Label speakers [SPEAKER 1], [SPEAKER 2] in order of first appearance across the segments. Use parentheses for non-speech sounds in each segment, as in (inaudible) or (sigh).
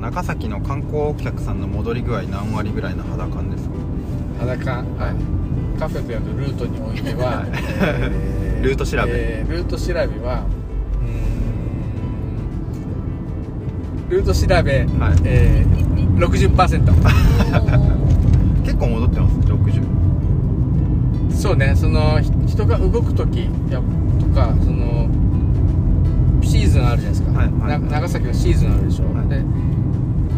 [SPEAKER 1] 中崎の観光客さんの戻り具合何割ぐらいの肌感ですか
[SPEAKER 2] 裸、
[SPEAKER 1] はい
[SPEAKER 2] カフェとやるルートにおいて
[SPEAKER 1] (laughs)
[SPEAKER 2] は、
[SPEAKER 1] ルート調べ、
[SPEAKER 2] えールート調べはうーんルート調べ、
[SPEAKER 1] はい
[SPEAKER 2] えー、60%
[SPEAKER 1] 結構戻ってますね60
[SPEAKER 2] そうねそのひ人が動く時やとかそのシーズンあるじゃないですか、
[SPEAKER 1] はいはい
[SPEAKER 2] な長崎のシーズンあるでしょ、
[SPEAKER 1] はい
[SPEAKER 2] で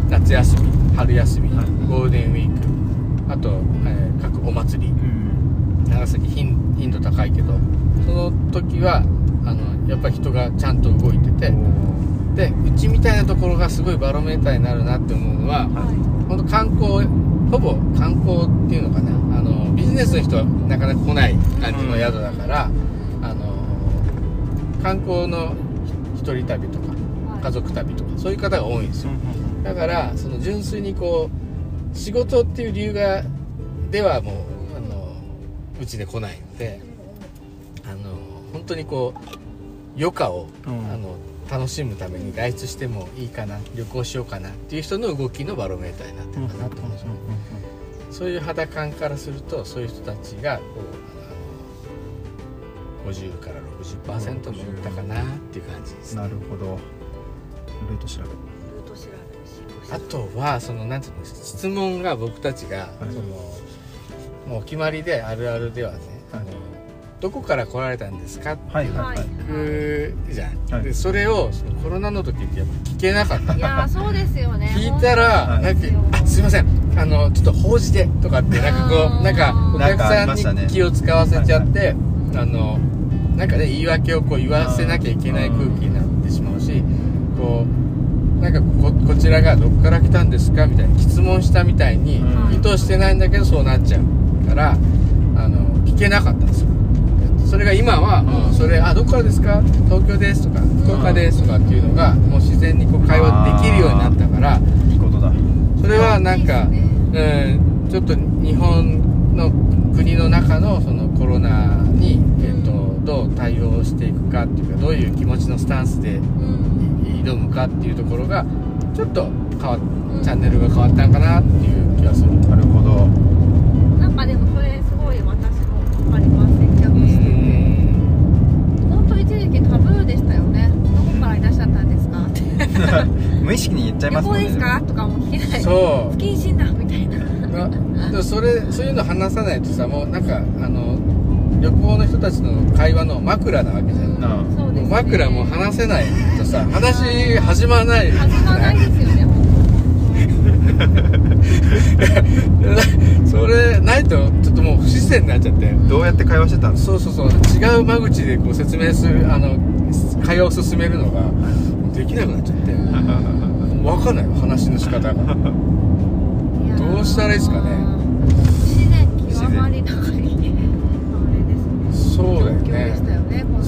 [SPEAKER 2] 夏休み春休み、
[SPEAKER 1] はい
[SPEAKER 2] ゴールデンウィークあと、えー各お祭り長崎頻頻度高いけどその時はあのやっぱり人がちゃんと動いてて
[SPEAKER 1] お
[SPEAKER 2] でうちみたいなところがすごいバロメーターになるなって思うのは
[SPEAKER 3] は
[SPEAKER 2] 本当観光ほぼ観光っていうのかなあのビジネスの人はなかなか来ない感じの宿だから、あの観光のひ一人旅とか
[SPEAKER 3] はい
[SPEAKER 2] 家族旅とかそういう方が多いんですよ
[SPEAKER 1] ー
[SPEAKER 2] だからその純粋にこう仕事っていう理由がではもうあのうちで来ないのであの本当にこう余暇を、
[SPEAKER 1] うん
[SPEAKER 2] あの楽しむために外出してもいいかな旅行しようかなっていう人の動きのバロメーターになってるかなと思うんですよ、そういう肌感からするとそういう人たちがこうあの50から60%もいったかなっていう感じですね
[SPEAKER 1] なるほどルート調べ
[SPEAKER 3] ルート調べ
[SPEAKER 2] あとはそのなんていうの質問が僕たちが、
[SPEAKER 1] い
[SPEAKER 2] そのもうお決まりであるあるではね、
[SPEAKER 1] はい
[SPEAKER 2] あのどこから来られたんですかって
[SPEAKER 1] はいはいは、
[SPEAKER 3] はいい
[SPEAKER 2] いうじゃん、
[SPEAKER 1] はい
[SPEAKER 2] でそれをそのコロナの時ってやっぱ聞けなかった
[SPEAKER 3] いやーそうですよね
[SPEAKER 2] 聞いた
[SPEAKER 1] は
[SPEAKER 2] ら
[SPEAKER 1] い
[SPEAKER 2] なんか
[SPEAKER 3] は
[SPEAKER 2] 「
[SPEAKER 3] い
[SPEAKER 2] あすいませんあのちょっと報じて」とかってなんかこ
[SPEAKER 3] あ
[SPEAKER 2] う
[SPEAKER 3] ー
[SPEAKER 2] なんかお
[SPEAKER 1] なんかありま
[SPEAKER 2] 客
[SPEAKER 1] し
[SPEAKER 2] さ
[SPEAKER 1] た
[SPEAKER 2] ん
[SPEAKER 1] ね
[SPEAKER 2] に気を使わせちゃって
[SPEAKER 3] いはい
[SPEAKER 2] あのなんかね言い訳をこう言わせなきゃいけない空気になってしまうしこうなんかここちらがどこから来たんですかみたいな質問したみたいに
[SPEAKER 1] うん
[SPEAKER 2] 意図してないんだけどそうなっちゃうからあの聞けなかったんですよでそれが今はもうそれ「あどこからですか東京です」とか「福岡です」とかっていうのがもう自然にこう会話できるようになったから
[SPEAKER 1] いいことだ
[SPEAKER 2] それはなんか
[SPEAKER 3] いいです
[SPEAKER 2] うん、ちょっと日本の国の中のそのコロナに、えっとどう対応していくかっていうかどういう気持ちのスタンスで
[SPEAKER 3] うん
[SPEAKER 2] 挑むかっていうところがちょっと変わ
[SPEAKER 3] うん
[SPEAKER 2] チャンネルが変わったんかなっていう気がする。
[SPEAKER 1] なるほ (laughs) ど
[SPEAKER 3] なんかでもそれすごい私も分かります接客してて本当一時期タブーでしたよねどこからいらっしゃったんですかって
[SPEAKER 1] 無意識に言っちゃい
[SPEAKER 3] 旅
[SPEAKER 1] ます
[SPEAKER 3] 行
[SPEAKER 1] もんね
[SPEAKER 3] ですかとかも聞けない (laughs)
[SPEAKER 2] そう
[SPEAKER 3] 不謹慎だみたいな
[SPEAKER 2] なでもそれそういうの話さないとさもうなんかあの旅行の人たちの会話の枕なわけじゃん。
[SPEAKER 1] なあ
[SPEAKER 3] そうですね
[SPEAKER 2] 枕も話せないとさ話始まらない
[SPEAKER 3] 始まらないですよね
[SPEAKER 2] (laughs) それないとちょっともう不自然になっちゃって
[SPEAKER 1] どうやって会話してたんです
[SPEAKER 2] そうそうそう違う間口でこう説明するあの会話を進めるのができなくなっちゃって
[SPEAKER 3] う
[SPEAKER 2] 分
[SPEAKER 3] ん
[SPEAKER 2] かんない話の仕方が
[SPEAKER 3] いやー
[SPEAKER 2] どうしたらいいですかね
[SPEAKER 3] 不自然極まり高いあれですね
[SPEAKER 2] そうだよ
[SPEAKER 3] 状況で
[SPEAKER 2] ね
[SPEAKER 3] したよねこの2年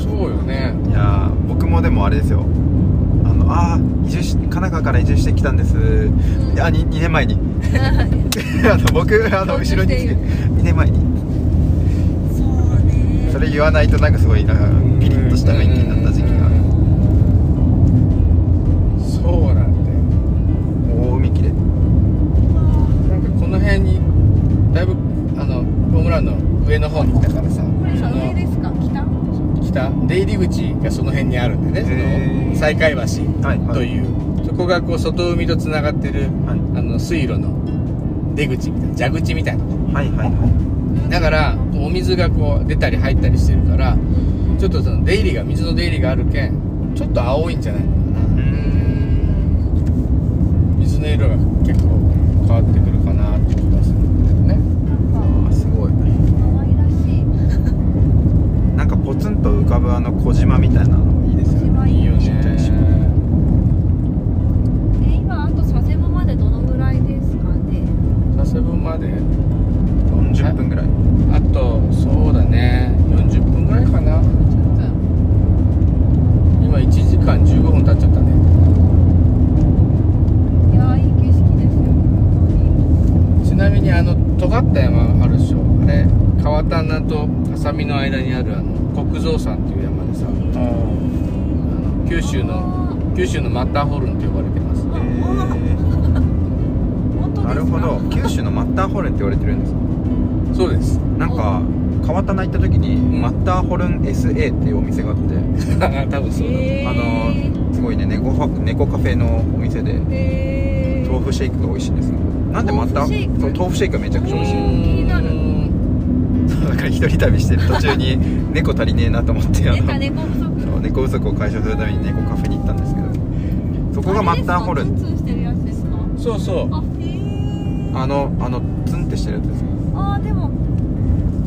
[SPEAKER 2] そうよね
[SPEAKER 1] いやー僕もでもあれですよあのあー移住し神奈川から移住してきたんです、
[SPEAKER 3] ん
[SPEAKER 1] あ 2, 年前に (laughs) あの僕あの後ろに来て2年前に
[SPEAKER 3] そうね
[SPEAKER 1] それ言わないとなんかすごいなんかピリッとした雰囲気になった時期がある
[SPEAKER 2] そうなんだよ
[SPEAKER 1] 大海切れ
[SPEAKER 2] なんかこの辺にだいぶあのホームランの上の方に来たからさ
[SPEAKER 3] これ
[SPEAKER 2] その
[SPEAKER 3] 上ですか北
[SPEAKER 2] 北出入り口がその辺にあるんで
[SPEAKER 1] へ
[SPEAKER 2] ね
[SPEAKER 1] ー
[SPEAKER 2] その西海橋
[SPEAKER 1] はいはい
[SPEAKER 2] という、そこがこう外海とつながってる
[SPEAKER 1] はい
[SPEAKER 2] あの水路の出口みたいな蛇口みたいなとこ
[SPEAKER 1] はいはいは
[SPEAKER 2] だからお水がこう出たり入ったりしてるからちょっとその出入りが水の出入りがあるけんちょっと青いんじゃないのか
[SPEAKER 1] いう
[SPEAKER 2] な、
[SPEAKER 1] ん
[SPEAKER 2] 水の色が結構変わってくるかなって気がするんだよね
[SPEAKER 1] あすごい
[SPEAKER 3] 可愛らしい
[SPEAKER 1] なんかポツンと浮かぶあの小島みたいなのいいですよね
[SPEAKER 3] 島
[SPEAKER 2] いいよ
[SPEAKER 3] ね
[SPEAKER 2] ね
[SPEAKER 3] え今あと佐世保までどのぐらいですかね
[SPEAKER 2] 佐世保まで
[SPEAKER 1] 40分ぐらい
[SPEAKER 2] あとそうだね40分ぐらいかな
[SPEAKER 3] ちょっと
[SPEAKER 2] 今1時間15分経っちゃったね
[SPEAKER 3] いやーいい景色ですよ本当に
[SPEAKER 2] ちなみにあの尖った山あるでしょあれ川棚と浅見の間にあるあの国蔵山っていう山でさあの九州の九州のマッターホルンって呼ばれてます
[SPEAKER 3] あですか
[SPEAKER 1] なるほど九州のマッターホルンって言われてるんです
[SPEAKER 2] そうです
[SPEAKER 1] なんか川端行った時に、
[SPEAKER 2] ん
[SPEAKER 1] マッターホルン SA っていうお店があって、
[SPEAKER 2] (laughs) 多分そうだ、
[SPEAKER 1] あのーすごいね猫ファ猫カフェのお店で
[SPEAKER 3] え
[SPEAKER 1] 豆腐シェイクが美味しいんですよなんでマッター
[SPEAKER 3] 豆腐シェイク
[SPEAKER 1] そう豆腐シェイクがめちゃくちゃ美味しい
[SPEAKER 3] へーになる
[SPEAKER 1] そうだから一人旅してる途中に猫足りねえなと思ってあ
[SPEAKER 3] 出
[SPEAKER 1] の
[SPEAKER 3] た猫不足
[SPEAKER 1] そう猫不足を解消するために猫カフェに行ったんですけどそこがマッターホル
[SPEAKER 3] あれ
[SPEAKER 1] ン
[SPEAKER 3] ですかツンツンしてるやつですか
[SPEAKER 2] そうそう
[SPEAKER 3] あへえ
[SPEAKER 1] あのあのツンってしてるやつですね
[SPEAKER 3] あーでも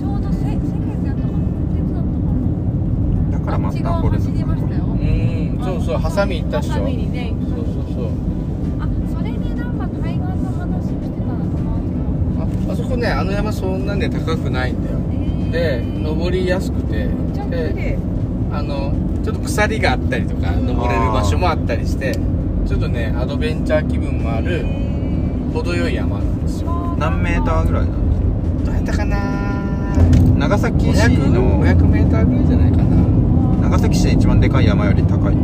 [SPEAKER 3] ちょうどせ世界やったかな鉄だった
[SPEAKER 1] だか
[SPEAKER 3] からなあ
[SPEAKER 1] マ
[SPEAKER 3] っ
[SPEAKER 1] ッ
[SPEAKER 3] ち
[SPEAKER 1] ター
[SPEAKER 3] 側
[SPEAKER 1] ホルン
[SPEAKER 3] 走りましたよ
[SPEAKER 2] うんそうそうハサミ行ったっしょ
[SPEAKER 3] ハ
[SPEAKER 2] そ
[SPEAKER 3] サ
[SPEAKER 2] う
[SPEAKER 3] ミにね
[SPEAKER 2] そうそう
[SPEAKER 3] あそれでなんか対岸の話をしてたのかな
[SPEAKER 2] ああそこねあの山そんなね高くないんだよで登りやすくて
[SPEAKER 3] ちゃんと
[SPEAKER 2] で
[SPEAKER 3] で
[SPEAKER 2] あのちょっと鎖があったりとか登れる場所もあったりしてちょっとねアドベンチャー気分もある程よい山なんですよ
[SPEAKER 1] 何メーターぐらいなんですか
[SPEAKER 2] どうやったかな
[SPEAKER 1] 長崎市
[SPEAKER 2] 500m
[SPEAKER 1] の
[SPEAKER 2] ぐらいじゃないかな
[SPEAKER 1] 長崎市で一番でかい山より高い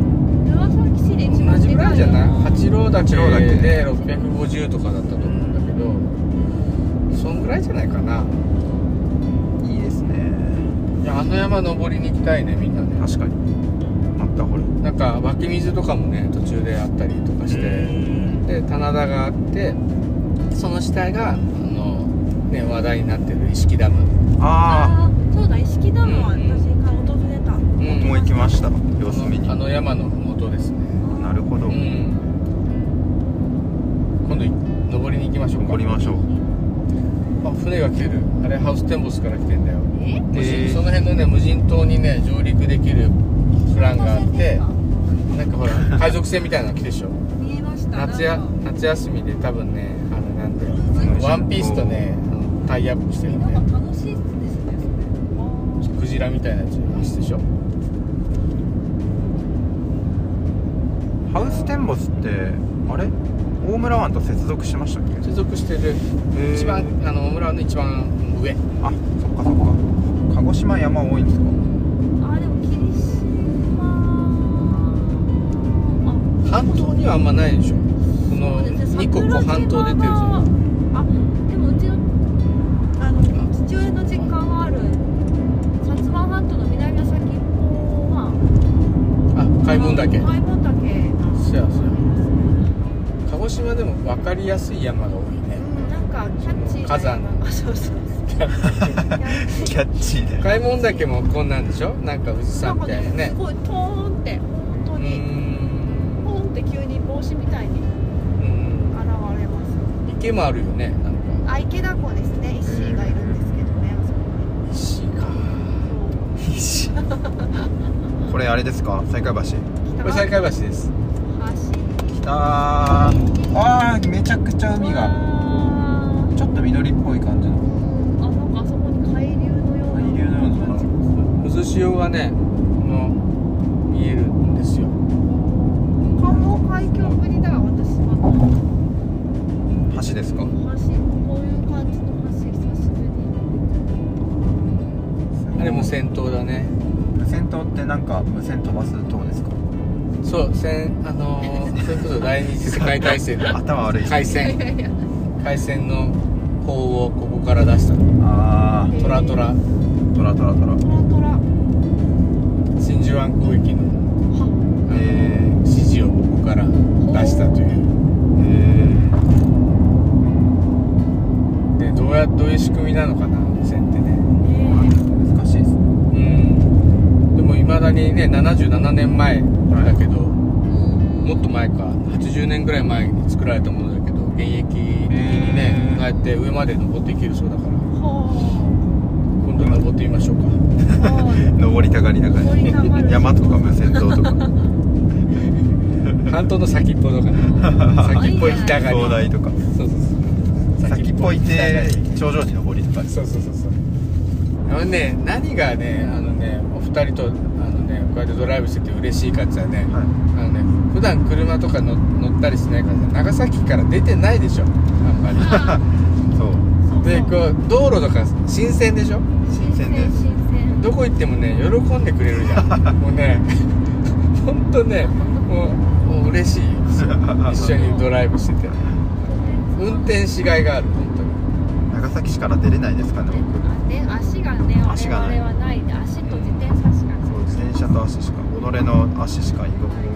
[SPEAKER 3] 長崎市で一
[SPEAKER 2] 同
[SPEAKER 3] 番
[SPEAKER 2] じ
[SPEAKER 3] で
[SPEAKER 2] ぐら
[SPEAKER 3] か
[SPEAKER 2] い
[SPEAKER 3] い
[SPEAKER 2] じゃない
[SPEAKER 3] 山
[SPEAKER 2] 八郎岳
[SPEAKER 1] 八郎岳
[SPEAKER 2] で650とかだったと思うんだけどそんぐらいじゃないかない
[SPEAKER 1] いですね
[SPEAKER 2] いやあの山登りに行きたいねみんなね
[SPEAKER 1] 確かにマッターホルン
[SPEAKER 2] なんか湧き水とかもね途中であったりとかしてで棚田があってその下があの、ね、話題になってる錦ダム
[SPEAKER 1] あ
[SPEAKER 3] あーそうだ意識ダムは私が訪れた、
[SPEAKER 2] う
[SPEAKER 1] あ僕も行きました様子見に
[SPEAKER 2] あの山の麓ですね
[SPEAKER 1] なるほど
[SPEAKER 2] うん今度い登りに行きましょうか
[SPEAKER 1] 登りましょう
[SPEAKER 2] あ船が来てるあれハウステンボスから来てんだよ
[SPEAKER 3] え
[SPEAKER 2] 無人
[SPEAKER 1] へー
[SPEAKER 2] その辺のね無人島にね上陸できるプランがあってなんか
[SPEAKER 1] (laughs)
[SPEAKER 2] ほら海賊船みたいなの来てるでしょ
[SPEAKER 3] 見えました
[SPEAKER 2] 夏
[SPEAKER 3] な
[SPEAKER 2] や
[SPEAKER 3] んか
[SPEAKER 2] 夏休みで多分ねあのなんだよあ
[SPEAKER 1] 無人
[SPEAKER 2] の
[SPEAKER 1] 島
[SPEAKER 2] ワンピースとねあのタイアップしてるね
[SPEAKER 3] なんか楽しいですねそ
[SPEAKER 2] クジラみたいなやついますでしょ
[SPEAKER 1] ハウステンボスってあれ大村湾と接続しましたっけ
[SPEAKER 2] 接続してる一番あの村の一番上
[SPEAKER 1] あそっかそっか鹿児島山多いんですか
[SPEAKER 3] れあーでも霧島
[SPEAKER 2] 半島にはあんまないでしょこの
[SPEAKER 3] あ
[SPEAKER 2] 2個こう半島出てるじゃん
[SPEAKER 3] あでもうちのあの父親の実家がある薩摩半島の南の先っぽは
[SPEAKER 2] あ開聞岳
[SPEAKER 3] 開聞岳
[SPEAKER 2] そうやそうや鹿児島でも分かりやすい山が多いね
[SPEAKER 3] うんなんかキャッチーな
[SPEAKER 2] 火山
[SPEAKER 3] あそうそうそう
[SPEAKER 1] キャッチーで
[SPEAKER 2] 開聞岳もこんなんでしょなんか富士
[SPEAKER 3] な
[SPEAKER 2] 山み
[SPEAKER 3] んか
[SPEAKER 2] たいな
[SPEAKER 3] ね
[SPEAKER 2] ね
[SPEAKER 3] すごいトーンって本当
[SPEAKER 2] うー
[SPEAKER 3] にポ
[SPEAKER 2] ん
[SPEAKER 3] ーンって急に帽子みたいに
[SPEAKER 2] う
[SPEAKER 3] 現
[SPEAKER 2] ん
[SPEAKER 3] れます
[SPEAKER 2] 池もあるよねなんか
[SPEAKER 3] あ池田湖ですね石井がいるんですけどねあそこ
[SPEAKER 2] 石か
[SPEAKER 3] に
[SPEAKER 1] 必死 (laughs) これあれですか西海橋
[SPEAKER 2] これ
[SPEAKER 3] そう
[SPEAKER 2] 西海橋です
[SPEAKER 3] 橋
[SPEAKER 1] 来たあーめちゃくちゃ海が
[SPEAKER 3] が
[SPEAKER 1] ちょっと緑っぽい感じ
[SPEAKER 3] あ
[SPEAKER 1] の
[SPEAKER 3] なんかあそこに海流のような
[SPEAKER 1] 海流のような
[SPEAKER 2] 渦潮がねこの見えるんですよ
[SPEAKER 3] 関門海峡ぶりだ私は
[SPEAKER 1] 橋ですか
[SPEAKER 3] 橋こういう感じの橋久しぶりに
[SPEAKER 2] あれも先頭だね
[SPEAKER 1] 無線塔ってなんか無線飛ばす塔ですか
[SPEAKER 2] そう戦あのーそれこそ第二次世界大戦の
[SPEAKER 1] (laughs) 頭悪い
[SPEAKER 2] 海
[SPEAKER 3] い
[SPEAKER 2] 戦
[SPEAKER 3] やいや
[SPEAKER 2] 海戦の砲をここから出した
[SPEAKER 1] あ
[SPEAKER 2] トラトラ
[SPEAKER 1] ートラトラトラ
[SPEAKER 3] トラトラは
[SPEAKER 2] 真珠湾攻撃のあの
[SPEAKER 1] へー
[SPEAKER 2] 指示をここから出したという
[SPEAKER 1] へ
[SPEAKER 2] でどうやどういう仕組みなのかな戦ってね
[SPEAKER 1] ー難しいですね
[SPEAKER 2] うんでもいまだにね77年前だけど、もっと前か80年ぐらい前に作られたものだけど現役的にね
[SPEAKER 1] へー
[SPEAKER 2] こうやって上まで登っていけるそうだから
[SPEAKER 3] あ
[SPEAKER 2] 今度登ってみましょうか
[SPEAKER 3] は
[SPEAKER 1] 登りたがりだ
[SPEAKER 3] あ
[SPEAKER 1] から
[SPEAKER 3] 登りたがる
[SPEAKER 1] 山とか無線塔と (laughs) か
[SPEAKER 2] 半島の先っぽと
[SPEAKER 1] (laughs)
[SPEAKER 2] かね先っぽ行きたがり
[SPEAKER 1] 灯台とか
[SPEAKER 2] そうそうそう
[SPEAKER 1] 先っぽい
[SPEAKER 2] 行きたが
[SPEAKER 1] て
[SPEAKER 2] り
[SPEAKER 1] 頂上に登りとか
[SPEAKER 2] そうそうそうそうあのね何がねあのねお二人とあのねこうやってドライブしてて嬉しいかって言ったらね、
[SPEAKER 1] はい
[SPEAKER 2] あのね普段車とかの乗ったりしないからさ長崎から出てないでしょあんま
[SPEAKER 1] (laughs) (laughs)
[SPEAKER 2] り
[SPEAKER 1] そう
[SPEAKER 3] そう
[SPEAKER 2] で
[SPEAKER 3] そう
[SPEAKER 2] こう道路とか新鮮でしょ
[SPEAKER 1] 新鮮です
[SPEAKER 3] 新鮮
[SPEAKER 2] どこ行ってもね喜んでくれるじゃ
[SPEAKER 1] (laughs)
[SPEAKER 2] んもうね (laughs) 本当ねもうもう嬉しいよ一緒にドライブしてて
[SPEAKER 3] 新鮮
[SPEAKER 2] 運転しがいがある本当に
[SPEAKER 1] 長崎市から出れないですかね
[SPEAKER 3] ねあで足がね
[SPEAKER 1] 足が
[SPEAKER 3] 我
[SPEAKER 1] ない
[SPEAKER 3] 々はないで足と自転車しかない
[SPEAKER 1] そう自転車と足しか己の足しか居心地